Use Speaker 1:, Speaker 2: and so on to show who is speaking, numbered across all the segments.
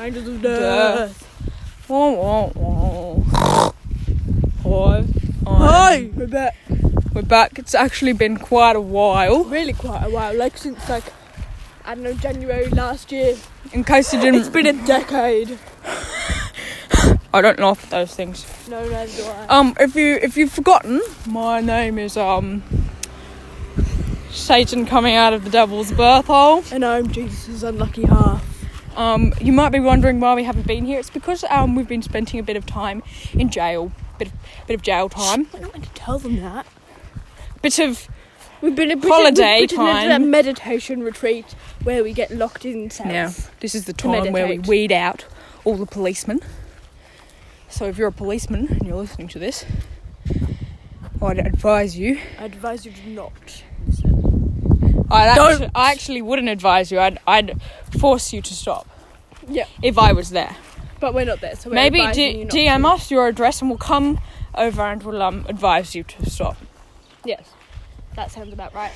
Speaker 1: angels of death. Wah, wah, wah. Hi.
Speaker 2: Hi, we're back.
Speaker 1: We're back. It's actually been quite a while.
Speaker 2: Really quite a while, like since like I don't know January last year.
Speaker 1: In case you
Speaker 2: It's
Speaker 1: didn't,
Speaker 2: been a decade.
Speaker 1: I don't laugh at those things.
Speaker 2: No, neither do I.
Speaker 1: Um, if you if you've forgotten, my name is um Satan coming out of the devil's birth hole.
Speaker 2: and I'm Jesus' unlucky half.
Speaker 1: Um, you might be wondering why we haven't been here. It's because um we've been spending a bit of time in jail, bit of, bit of jail time,
Speaker 2: I don't want to tell them that.
Speaker 1: bit of
Speaker 2: We've been a
Speaker 1: Holiday
Speaker 2: we've been
Speaker 1: time.
Speaker 2: a meditation retreat where we get locked in cells.
Speaker 1: now. This is the time where we
Speaker 2: meditate.
Speaker 1: weed out all the policemen. So if you're a policeman and you're listening to this, I'd advise you
Speaker 2: I advise you to not.
Speaker 1: I
Speaker 2: Don't.
Speaker 1: actually, I actually wouldn't advise you. I'd, I'd force you to stop.
Speaker 2: Yeah.
Speaker 1: If I was there.
Speaker 2: But we're not there, so we're
Speaker 1: Maybe
Speaker 2: advising
Speaker 1: d-
Speaker 2: you not
Speaker 1: DM
Speaker 2: to.
Speaker 1: us your address and we'll come over and we'll um, advise you to stop.
Speaker 2: Yes, that sounds about right.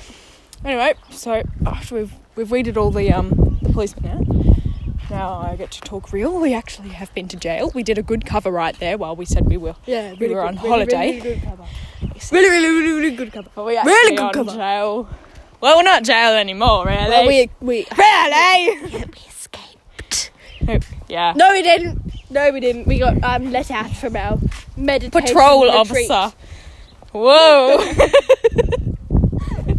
Speaker 1: Anyway, so after we've we've weeded all the um the policemen out, now I get to talk real. We actually have been to jail. We did a good cover right there while we said we were.
Speaker 2: Yeah,
Speaker 1: We were on holiday.
Speaker 2: Really, really good cover. Really, really, really, really good cover.
Speaker 1: But we actually
Speaker 2: Really good
Speaker 1: aren't
Speaker 2: cover.
Speaker 1: jail. Well, we're not jail anymore, really.
Speaker 2: Well, we we
Speaker 1: really.
Speaker 2: we escaped.
Speaker 1: yeah.
Speaker 2: No, we didn't. No, we didn't. We got um, let out from our meditation
Speaker 1: patrol
Speaker 2: retreat.
Speaker 1: officer. Whoa.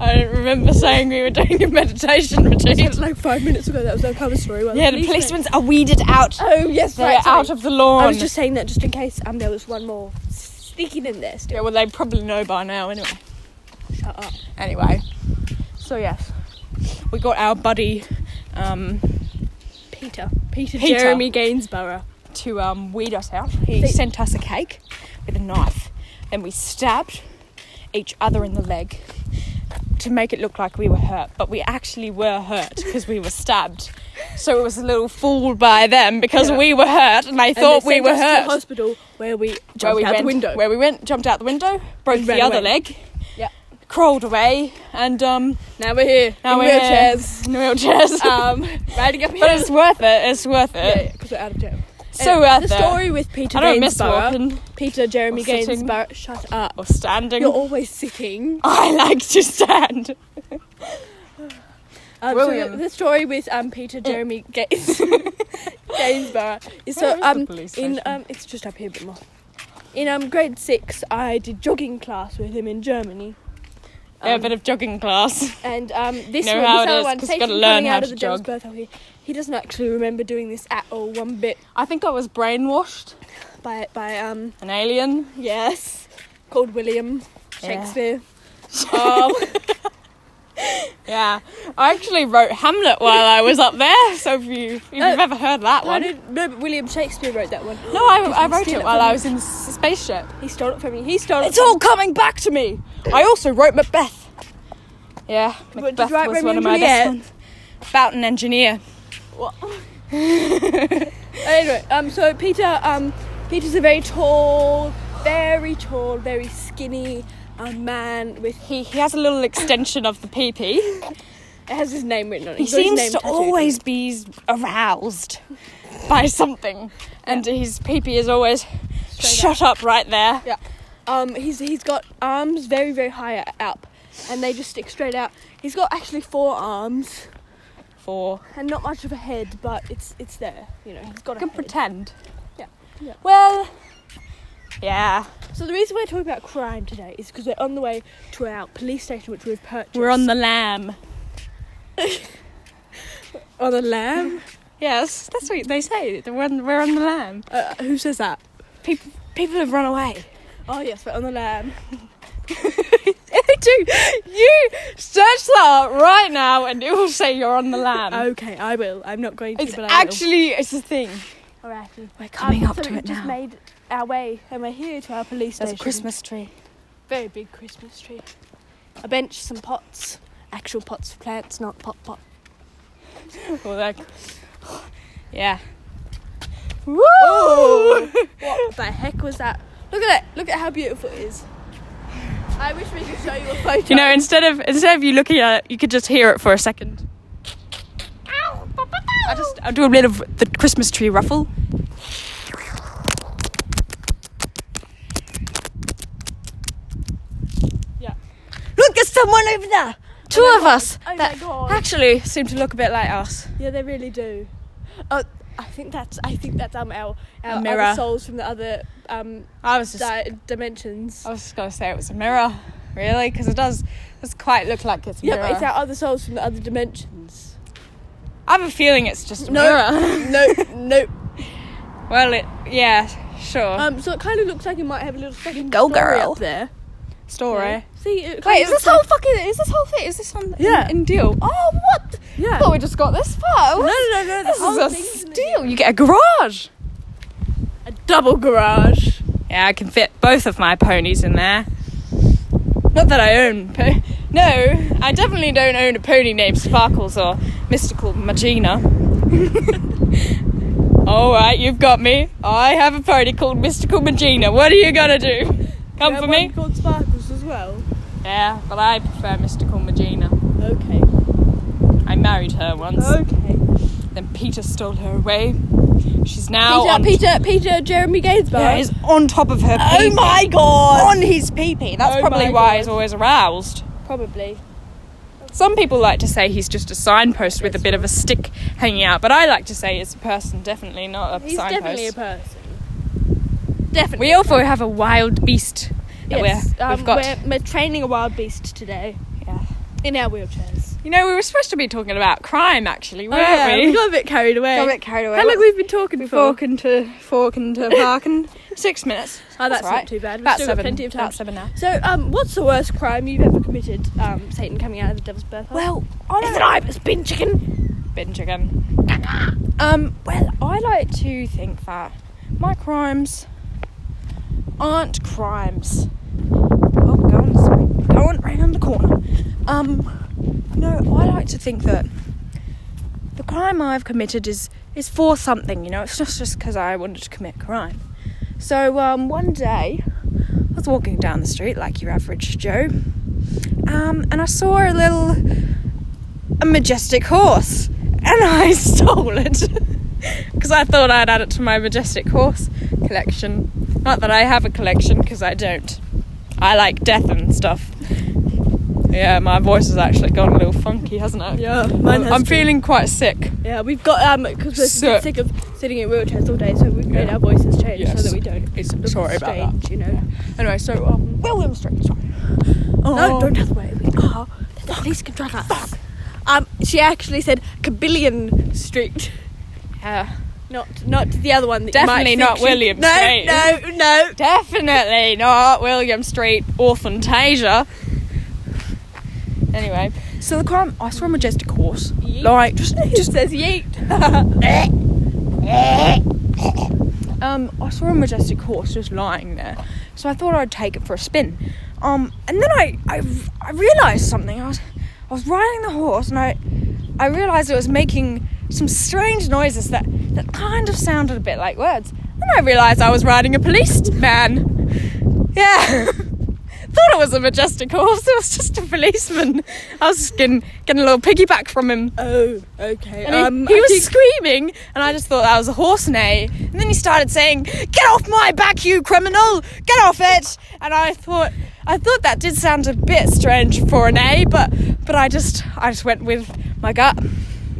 Speaker 1: I don't remember saying we were doing a meditation retreat.
Speaker 2: Like five minutes ago, that was our cover story. Well,
Speaker 1: Yeah, the policemen are weeded out.
Speaker 2: Oh yes,
Speaker 1: They're
Speaker 2: right. sorry.
Speaker 1: out of the lawn.
Speaker 2: I was just saying that just in case um there was one more sneaking in there.
Speaker 1: Yeah,
Speaker 2: Still,
Speaker 1: well, they probably know by now anyway.
Speaker 2: shut up.
Speaker 1: Anyway, so yes, we got our buddy um,
Speaker 2: Peter.
Speaker 1: Peter.
Speaker 2: Peter. Jeremy Gainsborough.
Speaker 1: to um, weed us out. He
Speaker 2: They-
Speaker 1: sent us a cake with a knife, and we stabbed each other in the leg to make it look like we were hurt, but we actually were hurt because we were stabbed. So it was a little fooled by them because
Speaker 2: Yeah.
Speaker 1: we were hurt and they
Speaker 2: And
Speaker 1: thought
Speaker 2: they
Speaker 1: we
Speaker 2: sent
Speaker 1: were
Speaker 2: us To the
Speaker 1: hurt.
Speaker 2: hospital where we jumped
Speaker 1: Where we
Speaker 2: out
Speaker 1: went,
Speaker 2: the window.
Speaker 1: where we went, jumped out the window, broke
Speaker 2: And
Speaker 1: the
Speaker 2: ran
Speaker 1: other
Speaker 2: away.
Speaker 1: leg,
Speaker 2: Yeah.
Speaker 1: crawled away, and um,
Speaker 2: now we're here.
Speaker 1: now
Speaker 2: in
Speaker 1: we're here
Speaker 2: wheelchairs.
Speaker 1: in wheelchairs.
Speaker 2: um, riding up
Speaker 1: but
Speaker 2: hills.
Speaker 1: it's worth it. It's worth it.
Speaker 2: yeah, because we're out of jail.
Speaker 1: So
Speaker 2: Anyway,
Speaker 1: worth
Speaker 2: the
Speaker 1: it.
Speaker 2: story with Peter
Speaker 1: I don't miss
Speaker 2: Gainsborough.
Speaker 1: walking
Speaker 2: Peter Jeremy
Speaker 1: Or sitting.
Speaker 2: Gainsborough. Shut up.
Speaker 1: or standing.
Speaker 2: You're always sitting.
Speaker 1: I like to stand.
Speaker 2: Um, so the,
Speaker 1: William. Oh.
Speaker 2: the story with um Peter Jeremy Gaines Gainsborough is so
Speaker 1: is the
Speaker 2: um
Speaker 1: police
Speaker 2: in
Speaker 1: station?
Speaker 2: um it's just up here a bit more. In um grade six, I did jogging class with him in Germany.
Speaker 1: Yeah, a
Speaker 2: Um,
Speaker 1: bit of jogging class.
Speaker 2: And um, this
Speaker 1: Know
Speaker 2: one,
Speaker 1: how
Speaker 2: this
Speaker 1: it
Speaker 2: other
Speaker 1: is,
Speaker 2: one,
Speaker 1: 'cause you
Speaker 2: Satan
Speaker 1: gotta learn
Speaker 2: coming
Speaker 1: how
Speaker 2: out of
Speaker 1: to
Speaker 2: the devil's
Speaker 1: jog.
Speaker 2: birth hole, he, he doesn't actually remember doing this at all, one bit.
Speaker 1: I think I was brainwashed.
Speaker 2: By by um
Speaker 1: An alien.
Speaker 2: yes, called William
Speaker 1: Yeah.
Speaker 2: Shakespeare.
Speaker 1: Oh.
Speaker 2: Um,
Speaker 1: Yeah. I actually wrote Hamlet while I was up there. So if, you, if you've
Speaker 2: Oh,
Speaker 1: ever heard that
Speaker 2: I
Speaker 1: one.
Speaker 2: didn't, no, but William Shakespeare wrote that one.
Speaker 1: No, I, I
Speaker 2: Did you
Speaker 1: wrote
Speaker 2: steal
Speaker 1: it
Speaker 2: it
Speaker 1: while
Speaker 2: from
Speaker 1: I
Speaker 2: me?
Speaker 1: was in the s- spaceship.
Speaker 2: He stole it from me. He stole it.
Speaker 1: It's all coming back to me. I also wrote Macbeth. Yeah,
Speaker 2: What, did
Speaker 1: Macbeth
Speaker 2: you write
Speaker 1: was
Speaker 2: Romeo
Speaker 1: one of
Speaker 2: and
Speaker 1: my
Speaker 2: Juliet?
Speaker 1: best ones. About an engineer.
Speaker 2: Anyway, um, so Peter, um, Peter's a very tall, very tall, very skinny um, man with
Speaker 1: He, he has a little extension of the PP.
Speaker 2: it has his name written on it.
Speaker 1: He
Speaker 2: He's got his
Speaker 1: seems
Speaker 2: name
Speaker 1: to
Speaker 2: tattooed.
Speaker 1: always be aroused by something, and his peepee is always
Speaker 2: Straight
Speaker 1: shut up right there.
Speaker 2: Yeah. Um, he's he's got arms very very high up, and they just stick straight out. He's got actually four arms
Speaker 1: For
Speaker 2: and not much of a head, but it's it's there. You know, he's got a
Speaker 1: can
Speaker 2: head.
Speaker 1: pretend.
Speaker 2: Yeah. Yeah.
Speaker 1: Well. Yeah.
Speaker 2: So the reason we're talking about crime today is because we're on the way to our police station, which we've purchased.
Speaker 1: We're on the lamb.
Speaker 2: on the lamb.
Speaker 1: Yes, that's what they say. We're on, we're on the lamb.
Speaker 2: Uh, who says that?
Speaker 1: People people have run away.
Speaker 2: Oh yes, we're on the lamb.
Speaker 1: Dude, you search that up right now, and it will say you're on the lamb.
Speaker 2: Okay, I will. I'm not going to,
Speaker 1: Um, it's
Speaker 2: but I will.
Speaker 1: actually it's a thing.
Speaker 2: Alrighty.
Speaker 1: We're coming
Speaker 2: Um,
Speaker 1: up
Speaker 2: so
Speaker 1: to
Speaker 2: we've
Speaker 1: it
Speaker 2: just
Speaker 1: now.
Speaker 2: made our way and we're here to our police
Speaker 1: There's a
Speaker 2: station.
Speaker 1: Christmas tree.
Speaker 2: Very big Christmas tree. A bench, some pots. Actual pots for plants, not pot pot.
Speaker 1: Well, like, yeah. Woo!
Speaker 2: What the heck was that? Look at it. Look at how beautiful it is. I wish we could show you a photo.
Speaker 1: You know, instead of instead of you looking at it, you could just hear it for a second. I just I'll do a bit of the Christmas tree ruffle. Yeah. Look, there's someone over there. Two of us
Speaker 2: Oh
Speaker 1: that
Speaker 2: my god.
Speaker 1: actually seem to look a bit like us.
Speaker 2: Yeah, they really do. Oh, I think that's I think that's um our, our
Speaker 1: mirror.
Speaker 2: other souls from the other um
Speaker 1: I was just Oh,
Speaker 2: di- dimensions.
Speaker 1: I was just gonna say it was a mirror, really, because it does does quite look like it's a
Speaker 2: yeah,
Speaker 1: mirror.
Speaker 2: but it's our other souls from the other dimensions.
Speaker 1: I have a feeling it's just a mirror.
Speaker 2: no, no.
Speaker 1: Well, it yeah, sure.
Speaker 2: Um, so it kind of looks like it might have a little second
Speaker 1: Go
Speaker 2: story
Speaker 1: girl.
Speaker 2: up there.
Speaker 1: Story.
Speaker 2: Yeah. See, it
Speaker 1: Wait,
Speaker 2: kinda
Speaker 1: is this
Speaker 2: looks like-
Speaker 1: whole fucking is this whole thing is this on
Speaker 2: Yeah.
Speaker 1: in, in deal? Oh what?
Speaker 2: Yeah.
Speaker 1: I thought we just got this far.
Speaker 2: No, no, no, no. The
Speaker 1: This
Speaker 2: whole
Speaker 1: is a
Speaker 2: thing's in
Speaker 1: steal. You get a garage.
Speaker 2: a double garage.
Speaker 1: Yeah, I can fit both of my ponies in there. Not that I own. Po- no, I definitely don't own a pony named Sparkles or Mystical Magina. All right, you've got me. I have a pony called Mystical Magina. What are you gonna do? Come
Speaker 2: There
Speaker 1: for
Speaker 2: are
Speaker 1: me?
Speaker 2: one Called sparkles as well.
Speaker 1: Yeah, but I prefer Mystical Magina.
Speaker 2: Okay.
Speaker 1: I married her once.
Speaker 2: Okay.
Speaker 1: Then Peter stole her away. She's now
Speaker 2: Peter,
Speaker 1: on
Speaker 2: Peter, Peter, Jeremy Gainsborough.
Speaker 1: Yeah, he's on top of her. pee-pee.
Speaker 2: my God.
Speaker 1: On his pee-pee. That's
Speaker 2: Oh
Speaker 1: probably
Speaker 2: my
Speaker 1: why
Speaker 2: God.
Speaker 1: he's always aroused.
Speaker 2: Probably.
Speaker 1: Some people like to say he's just a signpost with a bit of a stick hanging out, but I like to say it's a person, definitely not a
Speaker 2: He's
Speaker 1: signpost.
Speaker 2: definitely a person. Definitely.
Speaker 1: we also have a wild beast that
Speaker 2: Yes,
Speaker 1: we're,
Speaker 2: um,
Speaker 1: we've got.
Speaker 2: We're, we're training a wild beast today
Speaker 1: yeah.
Speaker 2: in our wheelchairs.
Speaker 1: You know, we were supposed to be talking about crime, actually, weren't we?
Speaker 2: Oh, we got a bit carried away.
Speaker 1: Got a bit carried away.
Speaker 2: How long
Speaker 1: What's-
Speaker 2: we've been talking for?
Speaker 1: Forking to forking to barking. Six minutes.
Speaker 2: Oh, that's
Speaker 1: all right.
Speaker 2: not too bad. We've
Speaker 1: About
Speaker 2: still got
Speaker 1: seven.
Speaker 2: plenty of time.
Speaker 1: About seven now.
Speaker 2: So, um, what's the worst crime you've ever committed? Um, Satan coming out of the devil's birthhole.
Speaker 1: Well, I
Speaker 2: Isn't I? It's been chicken.
Speaker 1: bin chicken. Um, well, I like to think that my crimes aren't crimes. Oh, go on, sorry. Go on, round the corner. Um, no, I like to think that the crime I've committed is is for something. You know, it's not just because I wanted to commit crime. So um, one day, I was walking down the street like your average Joe, um, and I saw a little a majestic horse and I stole it because I thought I'd add it to my majestic horse collection. Not that I have a collection because I don't. I like death and stuff. Yeah, my voice has actually gone a little funky, hasn't it?
Speaker 2: Yeah, mine has
Speaker 1: I'm
Speaker 2: too.
Speaker 1: feeling quite sick.
Speaker 2: Yeah, we've got um, because we're
Speaker 1: So-
Speaker 2: sick of sitting in wheelchairs all day, so we've made
Speaker 1: Yeah.
Speaker 2: our voices change
Speaker 1: Yes.
Speaker 2: so that we don't.
Speaker 1: It's-
Speaker 2: look
Speaker 1: sorry about
Speaker 2: strange,
Speaker 1: that.
Speaker 2: You know.
Speaker 1: Anyway, so um, William Street. Sorry.
Speaker 2: No,
Speaker 1: Oh.
Speaker 2: don't have the way. We are. The police can track us. Um, she actually said Cabillion Street,
Speaker 1: Yeah.
Speaker 2: not not the other one. That you might
Speaker 1: Definitely
Speaker 2: think
Speaker 1: not
Speaker 2: she-
Speaker 1: William
Speaker 2: no,
Speaker 1: Street.
Speaker 2: No, no,
Speaker 1: Definitely not William Street or Fantasia. Anyway, so the crime. I saw a majestic horse.
Speaker 2: Yeet.
Speaker 1: Like just
Speaker 2: Just says yeet.
Speaker 1: Um, I saw a majestic horse just lying there, so I thought I'd take it for a spin. Um, and then I, I, I realised something. I was, I was riding the horse, and I, I realised it was making some strange noises that, that kind of sounded a bit like words. Then I realised I was riding a policeman. Yeah, thought it was a majestic horse. It was just a policeman. I was just getting getting a little piggyback from him.
Speaker 2: Oh, okay.
Speaker 1: And he- he, was screaming, and I just thought that was a horse neigh. And then he started saying, "Get off my back, you criminal! Get off it!" And I thought, I thought that did sound a bit strange for an A, but but I just I just went with my gut.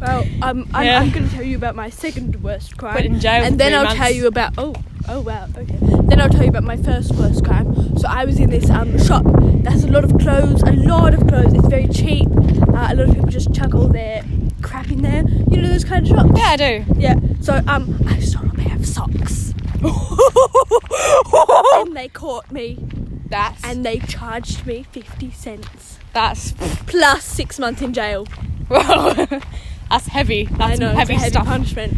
Speaker 2: Well, um, I'm,
Speaker 1: Yeah.
Speaker 2: I'm going to tell you about my second worst crime.
Speaker 1: Put in jail for
Speaker 2: And then
Speaker 1: three
Speaker 2: I'll
Speaker 1: months.
Speaker 2: tell you about oh oh wow okay. Then I'll tell you about my first worst crime. So I was in this um shop that has a lot of clothes, a lot of clothes. It's very cheap. Uh, a lot of people just chuck all their crap in there. You know those kind of shops.
Speaker 1: Yeah, I do.
Speaker 2: Yeah. So um, I stole a pair of socks. and they caught me,
Speaker 1: that's
Speaker 2: and they charged me fifty cents
Speaker 1: that's
Speaker 2: plus six months in jail.
Speaker 1: that's heavy. That's
Speaker 2: I know,
Speaker 1: heavy
Speaker 2: it's a heavy
Speaker 1: stuff.
Speaker 2: punishment.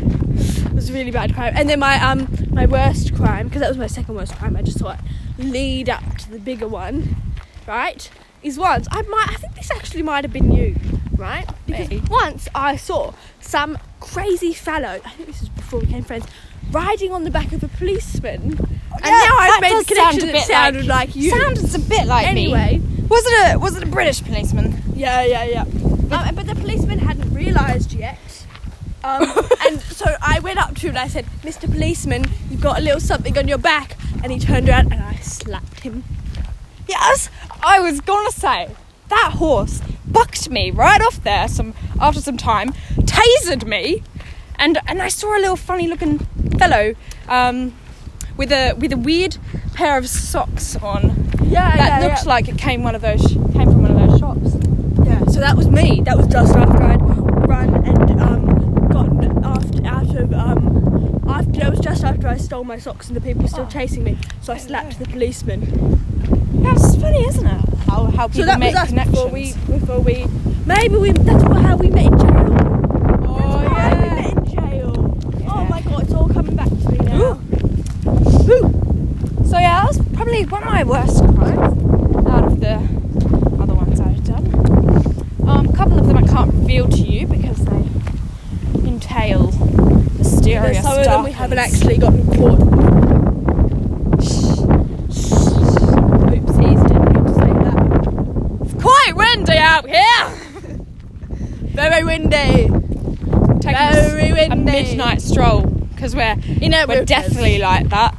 Speaker 2: It was a really bad crime. And then my um my worst crime, because that was my second worst crime, I just thought lead up to the bigger one, right? Is once I might I think this actually might have been you, right? Because
Speaker 1: Maybe.
Speaker 2: once I saw some crazy fellow, I think this is before we became friends, riding on the back of a policeman. And
Speaker 1: Oh, Yeah,
Speaker 2: now
Speaker 1: that
Speaker 2: I've made
Speaker 1: does
Speaker 2: the connection
Speaker 1: sound a
Speaker 2: that
Speaker 1: bit
Speaker 2: sounded like, you.
Speaker 1: Sounds a bit like me.
Speaker 2: anyway.
Speaker 1: Was it a was it a British policeman?
Speaker 2: Yeah, yeah, yeah. Um, but the policeman hadn't realised yet um, And so I went up to him and I said, Mr. Policeman, you've got a little something on your back. And he turned around and I slapped him.
Speaker 1: Yes, I was gonna say that horse bucked me right off there. Some after some time, tasered me, and and I saw a little funny looking fellow um, with a with a weird pair of socks on
Speaker 2: Yeah,
Speaker 1: that looked like it came one of those came from one of those shops.
Speaker 2: Yeah, so that was me. That was just after I'd run and um, gotten after, out of. Um, after, that was just after I stole my socks and the people were still
Speaker 1: Oh.
Speaker 2: chasing me. So I slapped the policeman.
Speaker 1: That's funny, isn't it? How how people
Speaker 2: So that
Speaker 1: make
Speaker 2: was us
Speaker 1: connections.
Speaker 2: before we, before we. Maybe we. That's wha- how we met in jail.
Speaker 1: oh
Speaker 2: that's why we met in jail. Oh
Speaker 1: Yeah.
Speaker 2: my god, it's all coming back to me now.
Speaker 1: Ooh. So yeah, that was probably one of my worst crimes out of the other ones I've done. Um, a couple of them I can't reveal to you because they entail
Speaker 2: There's
Speaker 1: mysterious
Speaker 2: some
Speaker 1: stuff.
Speaker 2: of them we haven't actually gotten caught. Oopsies, didn't mean to say
Speaker 1: It's quite windy out here.
Speaker 2: that. Very windy.
Speaker 1: Taking
Speaker 2: Very
Speaker 1: a s- a
Speaker 2: windy.
Speaker 1: midnight stroll because we're
Speaker 2: You know,
Speaker 1: we're definitely like that.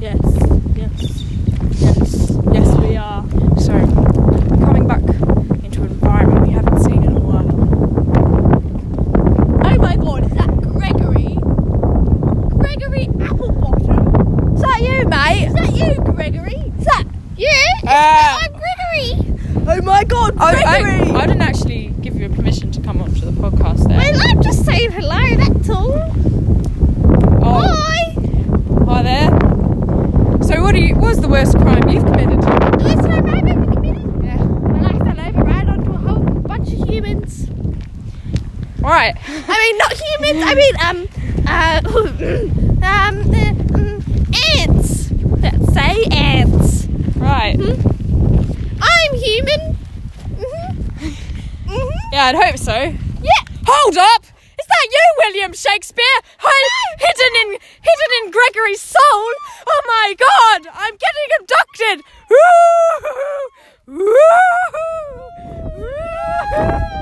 Speaker 2: Yes. Yes. Yes. Yes, we are.
Speaker 1: So we're coming back into an environment we haven't seen in a while.
Speaker 2: Oh my god, is that Gregory? Gregory Applebottom? Is that you, mate? Is that you, Gregory? Is that you?
Speaker 1: Uh,
Speaker 3: I'm Gregory.
Speaker 2: Oh my god,
Speaker 1: I,
Speaker 2: Gregory!
Speaker 1: I, I didn't actually give you permission to come onto the podcast there.
Speaker 3: Well, I'm just saying hello, that's all.
Speaker 1: Oh,
Speaker 3: Hi.
Speaker 1: hi there. So, what, do you, what was the worst crime you've committed?
Speaker 3: The worst time I've ever committed.
Speaker 1: Yeah.
Speaker 3: When I fell over, ran onto a whole bunch of humans.
Speaker 1: All right.
Speaker 3: I mean, not humans. I mean, um, uh, um, uh, um, ants. Let's say ants. Hmm?
Speaker 1: Right.
Speaker 3: I'm human. Mhm. Mhm.
Speaker 1: Yeah, I'd hope so.
Speaker 3: Yeah.
Speaker 1: Hold up! Is that you, William Shakespeare? Hi- hidden in hidden in Gregory's soul. Oh my God! I'm getting abducted. Woo-hoo! Woo-hoo! Woo-hoo!